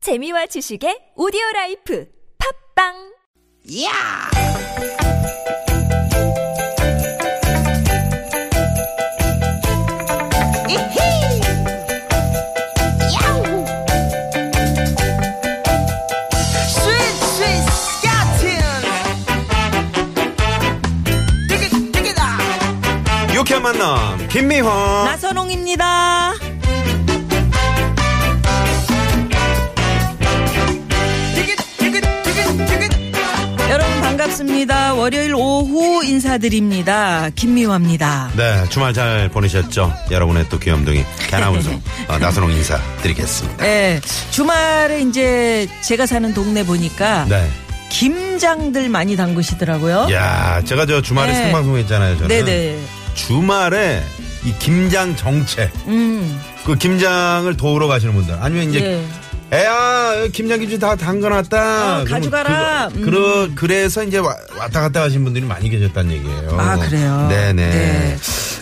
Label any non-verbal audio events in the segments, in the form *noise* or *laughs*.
재미와 지식의 오디오 라이프 팝빵 야! 이히! 야우! 스윗 스윗 야틴! 되게 되게다! 유쾌한 만남 김미화 나선홍입니다. 되게 되게 되게 되게 여러분 반갑습니다. 월요일 오후 인사드립니다. 김미화입니다. 네 주말 잘 보내셨죠 여러분의 또 귀염둥이 *laughs* 개나운서 어, 나선홍 인사 드리겠습니다 예, 주말에 이제 제가 사는 동네 보니까 네. 김장들 많이 담그시더라고요. 야 제가 저 주말에 네. 생방송했잖아요 저는 네네. 주말에 이 김장 정체 음, 그 김장을 도우러 가시는 분들 아니면 이제 예. 애야 김장 김치 다 담가놨다 어, 그러면 가져가라. 그거- 그러, 그래서 이제 와- 왔다 갔다 하신 분들이 많이 계셨다는 얘기예요 아, 그래요? 네네 네.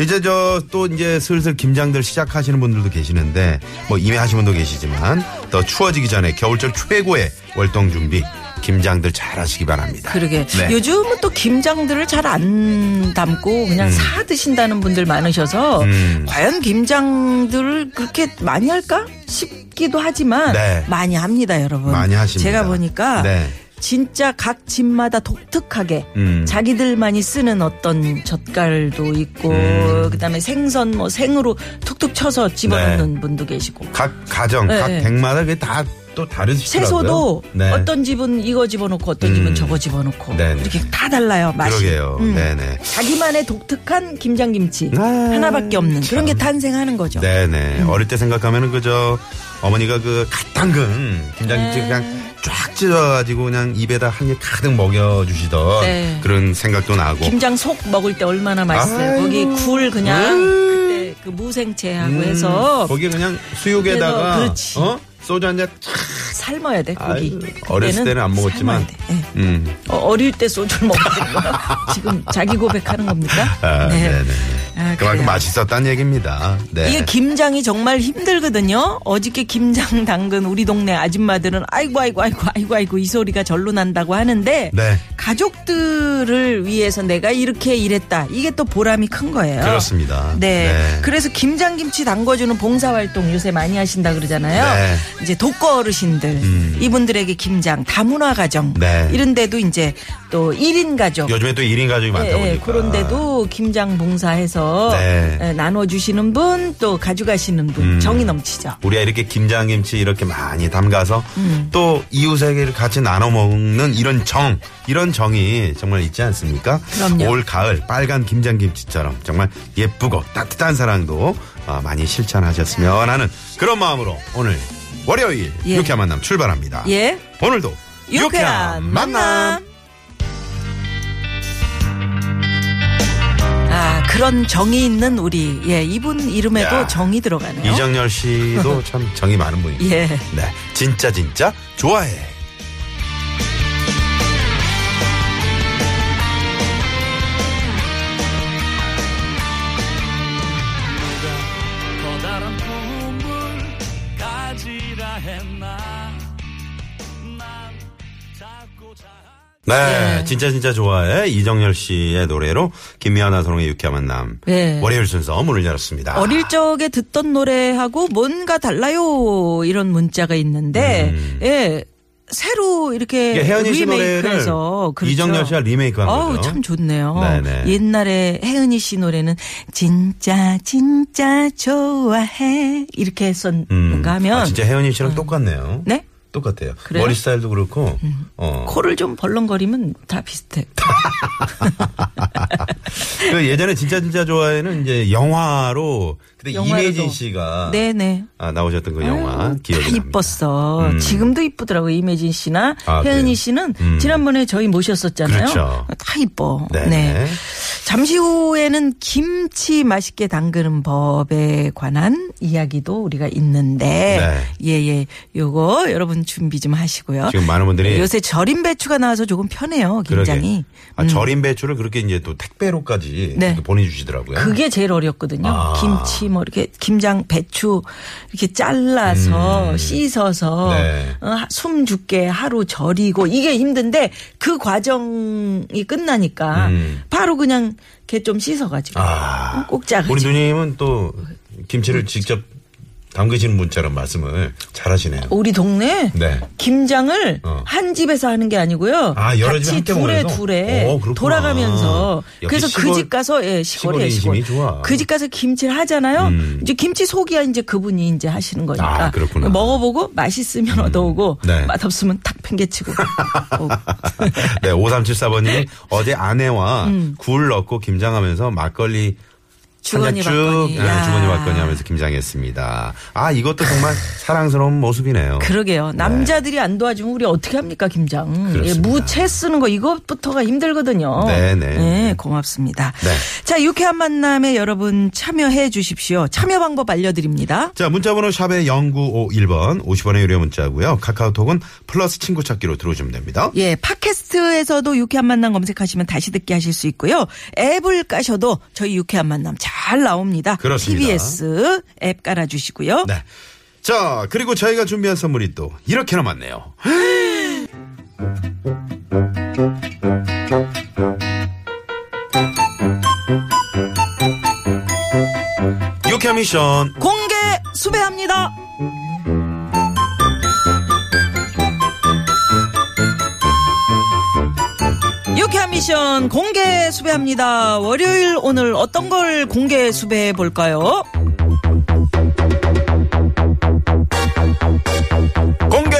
이제 저 또 이제 슬슬 김장들 시작하시는 분들도 계시는데 뭐 이미 하신 분도 계시지만 더 추워지기 전에 겨울철 최고의 월동 준비 김장들 잘 하시기 바랍니다 그러게. 네. 요즘은 또 김장들을 잘 안 담고 그냥 사 드신다는 분들 많으셔서 음. 과연 김장들을 그렇게 많이 할까 싶기도 하지만 네. 많이 합니다, 여러분. 많이 하십니다. 제가 보니까 네. 진짜 각 집마다 독특하게 음. 자기들만이 쓰는 어떤 젓갈도 있고 음. 그다음에 생선 뭐 생으로 툭툭 쳐서 집어넣는 네. 분도 계시고 각 가정 네, 각 네. 댁마다 그게 다 또 다르시더라고요 채소도 네. 어떤 집은 이거 집어넣고 어떤 음. 집은 저거 집어넣고 네네. 이렇게 다 달라요 맛이 그러게요 음. 네네 자기만의 독특한 김장김치 아, 하나밖에 없는 그런 게 탄생하는 거죠. 네네. 음. 어릴 때 생각하면은 그저 어머니가 그 갓 담근 네. 김장김치 그냥 쫙 찢어가지고 그냥 입에다 한 입 가득 먹여주시던 네. 그런 생각도 나고. 김장 속 먹을 때 얼마나 맛있어요. 아이고. 거기 굴 그냥 그때 그 무생채하고 음, 해서 거기에 그냥 수육에다가 그래서 그렇지. 어? 소주 한잔 삶아야 돼 고기. 아유, 어렸을 때는 안 먹었지만. 삶아야 돼. 예. 음. 어, 어릴 때 소주를 *laughs* 먹었던 거야. 지금 자기 고백하는 겁니까? 아, 네. 네네 아, 그만큼 그래요. 맛있었다는 얘기입니다. 네. 이게 김장이 정말 힘들거든요. 어저께 김장 당근 우리 동네 아줌마들은 아이고 아이고 아이고 아이고 아이고 이 소리가 절로 난다고 하는데 네. 가족들을 위해서 내가 이렇게 일했다. 이게 또 보람이 큰 거예요. 그렇습니다. 어. 네. 네. 그래서 김장김치 담궈주는 봉사활동 요새 많이 하신다 그러잖아요. 네. 이제 독거 어르신들, 음. 이분들에게 김장, 다문화 가정, 네. 이런 데도 이제 또일인 가족. 요즘에 또 1인 가족이 많다 예, 예, 보니까. 그런데도 김장 봉사해서 네. 예, 나눠주시는 분 또 가져가시는 분 음. 정이 넘치죠. 우리가 이렇게 김장김치 이렇게 많이 담가서 음. 또 이웃에게 같이 나눠 먹는 이런 정, 이런 정이 정말 있지 않습니까? 그럼요. 올 가을 빨간 김장김치처럼 정말 예쁘고 따뜻한 사랑도 어, 많이 실천하셨으면 하는 그런 마음으로 오늘 월요일 예. 유쾌한 만남 출발합니다. 예. 오늘도 유쾌한 만남. 아 그런 정이 있는 우리 예 이분 이름에도 야. 정이 들어가네요. 이정열 씨도 *laughs* 참 정이 많은 분입니다. 예. 네, 진짜 진짜 좋아해. 커다란 콧물 가지라 했나 난 자꾸 자 네, 예. 진짜 진짜 좋아해 이정열 씨의 노래로 김미아 나선홍의 유쾌한 만남 네. 월요일 순서 문을 열었습니다. 어릴 적에 듣던 노래하고 뭔가 달라요 이런 문자가 있는데 음. 예 새로 이렇게 이게 혜은이 씨 리메이크해서 노래를 이정열 씨가 리메이크한 어우, 거죠. 참 좋네요. 네네. 옛날에 혜은이 씨 노래는 진짜 진짜 좋아해 이렇게 음. 했었는가 하면 아, 진짜 혜연이 씨랑 똑같네요. 네 똑같아요. 그래요? 음. 머리 스타일도 그렇고 어. 코를 좀 벌렁거리면 다 비슷해. 그 예전에 진짜 진짜 좋아해는 이제 영화로 그때 영화로도. 이매진 씨가 네네. 아, 나오셨던 그 영화 아유, 기억이 다 납니다. 이뻤어. 음. 지금도 이쁘더라고 이매진 씨나 아, 그래요? 혜은이 씨는 음. 지난번에 저희 모셨었잖아요. 그렇죠. 다 이뻐. 네네. 네. 잠시 후에는 김치 맛있게 담그는 법에 관한 이야기도 우리가 있는데 예예 요거 여러분 준비 좀 하시고요. 네. 지금 많은 분들이 요새 절임 배추가 나와서 조금 편해요 그러게. 굉장히. 아, 절임 배추를 그렇게 이제 또 택배로까지 네. 이렇게 보내주시더라고요. 그게 제일 어렵거든요. 아. 김치 뭐 이렇게 김장 배추 이렇게 잘라서 씻어서 음. 네. 어, 하- 숨 죽게 하루 절이고 이게 힘든데 그 과정이 끝나니까 바로 그냥 이렇게 좀 씻어가지고 음. 아. 꼭 그렇죠. 자르지. 우리 누님은 또 김치를 직접 담그시는 분처럼 말씀을 잘하시네요. 우리 동네 네. 김장을 어. 한 집에서 하는 게 아니고요. 아, 여러 집에 함께 같이 둘에 모여서? 둘에 오, 그렇구나. 돌아가면서 역시 그래서 시골- 그 집 가서 예, 시골의 시골에 시골. 인심이 좋아. 음. 그 집 가서 김치를 하잖아요. 이제 김치 속이야 이제 그분이 이제 하시는 거니까. 아, 그렇구나. 먹어보고 맛있으면 얻어오고 네. 맛없으면 탁 *laughs* 팽개치고. 어. 네, 5374번님이 어제 아내와 굴 넣고 김장하면서 막걸리 음. 주거니 한잔 받거니. 쭉, 네, 야. 주거니 받거니 하면서 김장했습니다. 아, 이것도 정말 사랑스러운 모습이네요. 그러게요. 남자들이 안 도와주면 우리 어떻게 합니까 김장? 예, 그렇습니다. 무채 쓰는 거 이것부터가 힘들거든요. 네네. 예, 고맙습니다. 네. 자 유쾌한 만남에 여러분 참여해 주십시오. 참여 방법 알려드립니다. 자, 문자번호 샵의 0951번, 50원의 유료 문자고요 카카오톡은 플러스 친구 찾기로 들어오시면 됩니다. 예, 팟캐스트에서도 유쾌한 만남 검색하시면 다시 듣게 하실 수 있고요. 앱을 까셔도 저희 유쾌한 만남 잘 나옵니다. 그렇습니다. TBS 앱 깔아주시고요. 네. 자, 그리고 저희가 준비한 선물이 또 이렇게 남았네요. *gasps* 유쾌 미션 공개 수배합니다. 유쾌한 미션 공개 수배합니다. 월요일 오늘 어떤 걸 공개 수배해 볼까요? 공개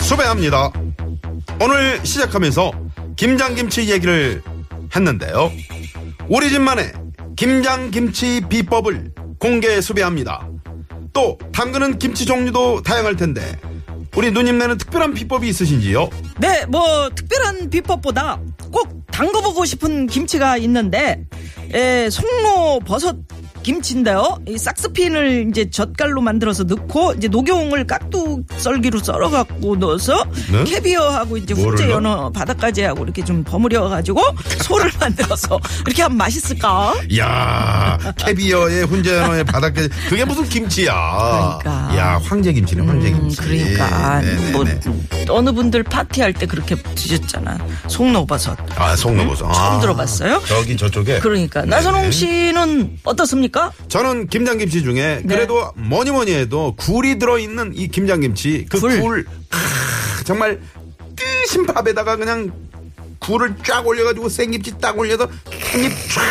수배합니다. 오늘 시작하면서 김장김치 얘기를 했는데요. 우리 집만의 김장김치 비법을 공개 수배합니다. 또 담그는 김치 종류도 다양할 텐데 우리 누님네는 특별한 비법이 있으신지요? 네, 뭐 특별한 비법보다 꼭 담궈보고 싶은 김치가 있는데, 예, 송로 버섯 김치인데요. 이 삭스핀을 이제 젓갈로 만들어서 넣고 이제 녹용을 깍두 썰기로 썰어갖고 넣어서 네? 캐비어하고 이제 훈제 뭐를요? 연어 바닷가재하고 이렇게 좀 *laughs* 버무려가지고 소를 만들어서 이렇게 하면 맛있을까? 야 캐비어의 훈제의 바닷게 그게 무슨 김치야? 그러니까. 야 황제 김치네 황제 음, 김치. 그러니까 네네네. 뭐 어느 분들 파티할 때 그렇게 드셨잖아. 송로버섯 아 송로버섯 처음 아, 들어봤어요? 저기 저쪽에 네, 그러니까 나선홍 씨는 어떻습니까? 저는 김장김치 중에 네. 그래도 뭐니 뭐니 해도 굴이 들어있는 이 김장김치 그 굴 아, 굴. 정말 뜨신 밥에다가 그냥 굴을 쫙 올려가지고 생김치 딱 올려서 한입 쫙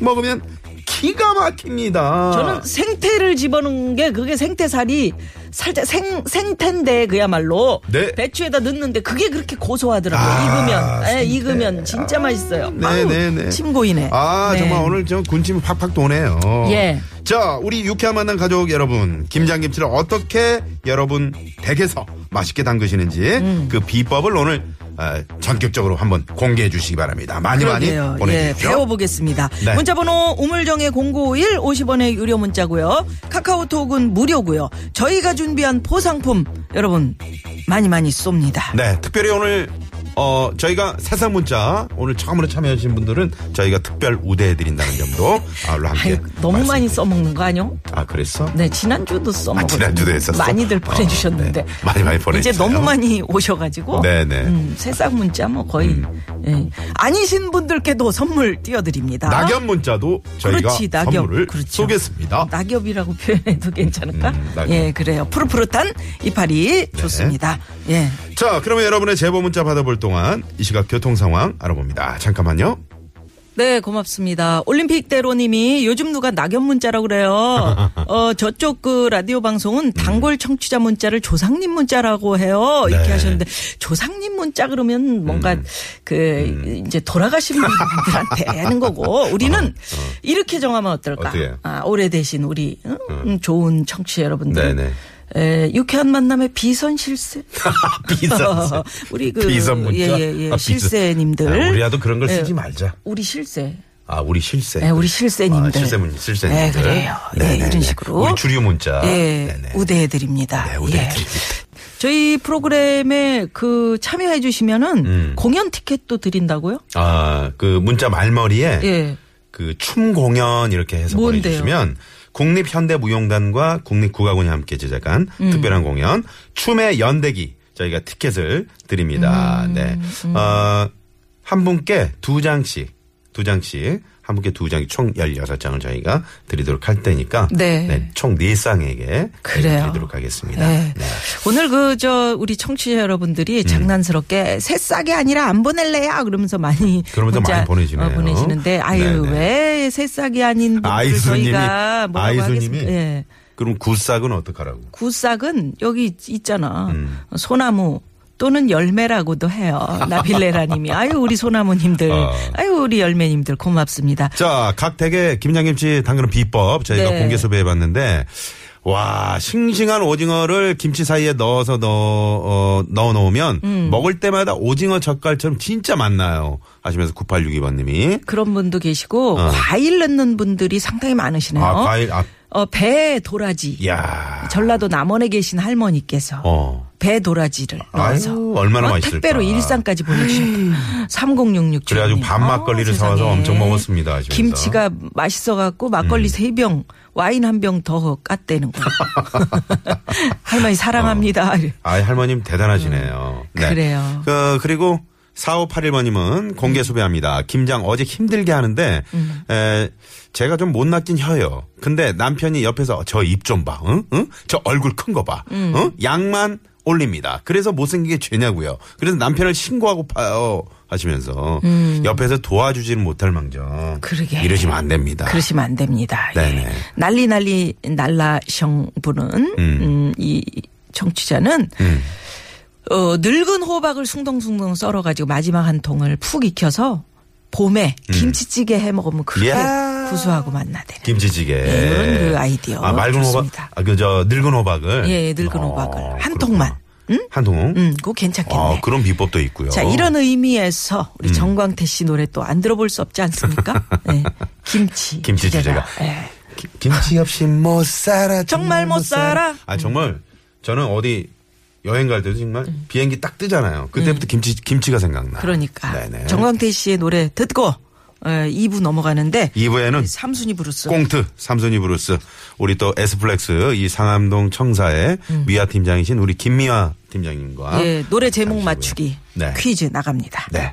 먹으면 기가 막힙니다. 저는 생태를 집어넣은 게 그게 생태살이 살짝 생 생태인데 그야말로 네. 배추에다 넣는데 그게 그렇게 고소하더라고요. 아, 익으면 예, 생태. 익으면 진짜 맛있어요. 아우, 네네네. 침 고이네. 아 네. 정말 오늘 저 군침이 팍팍 도네요. 예. 자 우리 유쾌한 만남 가족 여러분 김장김치를 어떻게 여러분 댁에서 맛있게 담그시는지 음. 그 비법을 오늘 어, 전격적으로 한번 공개해 주시기 바랍니다. 많이 그러게요. 많이 예, 보내주십시오. 배워보겠습니다. 네. 문자번호 우물정의 051 50원의 유료 문자고요. 카카오톡은 무료고요. 저희가 준비한 포상품 여러분 많이 많이 쏩니다. 네, 특별히 오늘 어 저희가 세상 문자 오늘 처음으로 참여하신 분들은 저희가 특별 우대해 드린다는 *laughs* 점도 아울러 함께 아유, 너무 말씀- 많이 써먹는 거 아니요? 아 그랬어? 네, 지난주도 써먹었 아, 지난주도 했었어? 많이들 보내주셨는데. 어, 네. 많이 많이 보내주세요. 이제 너무 많이 오셔가지고. 네네. 음. 음, 새싹 문자 뭐 거의. 예. 아니신 분들께도 선물 띄워드립니다. 낙엽 문자도 저희가 그렇지, 낙엽. 선물을 그렇죠. 쏘겠습니다. 낙엽이라고 표현해도 괜찮을까? 음, 낙엽. 네. 예, 그래요. 푸릇푸릇한 이파리 좋습니다. 예. 자, 그러면 여러분의 제보 문자 받아볼 동안 이 시각 교통 상황 알아봅니다. 잠깐만요. 네, 고맙습니다. 올림픽대로님이 요즘 누가 낙엽 문자라고 *laughs* 그래요. 어, 저쪽 그 라디오 음. 방송은 단골 청취자 문자를 조상님 문자라고 해요. 이렇게 네. 음. 하셨는데 조상님 문자 그러면 뭔가 그 이제 *laughs* 돌아가신 분들한테 하는 거고 우리는 이렇게 정하면 어떨까? 어, 어떻게 해요? 아, 오래되신 우리 응? 음, 좋은 청취자 여러분들. 네네. 에, 유쾌한 만남의 비선 실세. *laughs* 비선. *laughs* 우리 그 비선 문자. 예, 예, 예. 아, 비선. 실세님들. 아, 우리라도 그런 걸 예. 쓰지 말자. 우리 실세. 아, 우리 실세. 네, 우리 실세님들. 아, 실세문, 실세님들. 네, 그래요. 네, 네네네. 이런 식으로. 우리 주류 문자. 예, 네네. 우대해드립니다. 예. 네, 우대해드립니다. 저희 프로그램에 그 참여해주시면은 음. 공연 티켓도 드린다고요? 아, 그 문자 말머리에 예. 그 춤 공연 이렇게 해서 뭔데요? 보내주시면 국립현대무용단과 국립국악원이 함께 제작한 음. 특별한 공연 춤의 연대기 저희가 티켓을 드립니다. 음, 네. 어, 한 분께 두 장씩 두 장씩 한 분께 두 장이 총 16장을 저희가 드리도록 할 테니까 네. 총 4쌍에게 그래요. 드리도록 하겠습니다. 네. 네. 음. 오늘 그 저 우리 청취자 여러분들이 장난스럽게 새싹이 아니라 안 보낼래야 그러면서 많이 그러면서 문자, 많이 보내시네요. 어, 보내시는데 아유 네, 네. 왜 새싹이 아닌 분들 아이수님이 저희가 뭐라고 아이수님이 하겠습니까? 예. 그럼 굿삭은 어떡하라고? 구싹은 여기 있- 있잖아. 음. 소나무 또는 열매라고도 해요. *laughs* 나빌레라님이 아유 우리 소나무님들, 아. 아유 우리 열매님들 고맙습니다. 자, 각 댁의 김장김치 담그는 비법 저희가 네. 공개 소비해 봤는데 와, 싱싱한 오징어를 김치 사이에 넣어서 넣어, 어, 넣어 놓으면 음. 먹을 때마다 오징어 젓갈처럼 진짜 맛나요. 하시면서 9862번님이 그런 분도 계시고 어. 과일 넣는 분들이 상당히 많으시네요. 아, 과일, 예. 아, 어, 배 도라지. 야 전라도 남원에 계신 할머니께서 어. 배 도라지를 넣어서 아유, 얼마나 맛있을까. 택배로 일산까지 보내주셨다. 3066 그래가지고 주인님. 밥 어, 막걸리를 사와서 세상에. 엄청 먹었습니다. 하시면서. 음. 김치가 맛있어갖고 막걸리 세 3병 와인 한 병 더 깠대는 거야. *laughs* 할머니 사랑합니다. 아이 할머님 대단하시네요. 음, 그래요. 그, 그리고 4581번님은 공개 소비합니다. 김장 어제 힘들게 하는데 음. 에, 제가 좀 못났긴 혀요. 근데 남편이 옆에서 저 입 좀 봐. 응? 응? 저 얼굴 큰 거 봐. 음. 응? 양만 올립니다. 그래서 못생기게 죄냐고요. 그래서 남편을 신고하고 파요. 어, 하시면서 옆에서 도와주지는 못할 망정. 음. 그러게. 이러시면 안 됩니다. 그러시면 안 됩니다. 네네. 예. 난리 난리 날라성 분은 음, 이 청취자는 음. 어, 늙은 호박을 숭덩숭덩 썰어가지고 마지막 한 통을 푹 익혀서 봄에 김치찌개 해 먹으면 그게 음. 예. 구수하고 맛나대. 김치찌개. 이런 그 아이디어 아, 맑은 좋습니다. 호박. 아, 그, 저, 늙은 호박을. 예, 늙은 어, 호박을. 한 그렇구나. 통만. 한 통. 음, 그거 괜찮겠네. 아, 그런 비법도 있고요. 음. 자, 이런 의미에서 우리 정광태 씨 노래 또 안 들어볼 수 *laughs* 없지 않습니까? 예. 김치. 김치 주제가. 주제가. 예. 기- 김치 없이 못 살아. 정말 못 살아. 아, 정말 저는 어디 여행 갈 때도 정말 비행기 딱 뜨잖아요. 그때부터 김치, 김치가 생각나. 그러니까. 네네. 정광태 씨의 노래 듣고 예, 2부 넘어가는데 2부에는 삼순이 브루스. 꽁트 삼순이 브루스 우리 또 에스플렉스 이 상암동 청사의 미아 팀장이신 우리 김미아 팀장님과 예, 노래 제목 잠시고요. 맞추기 아, 네. 퀴즈 나갑니다. 네.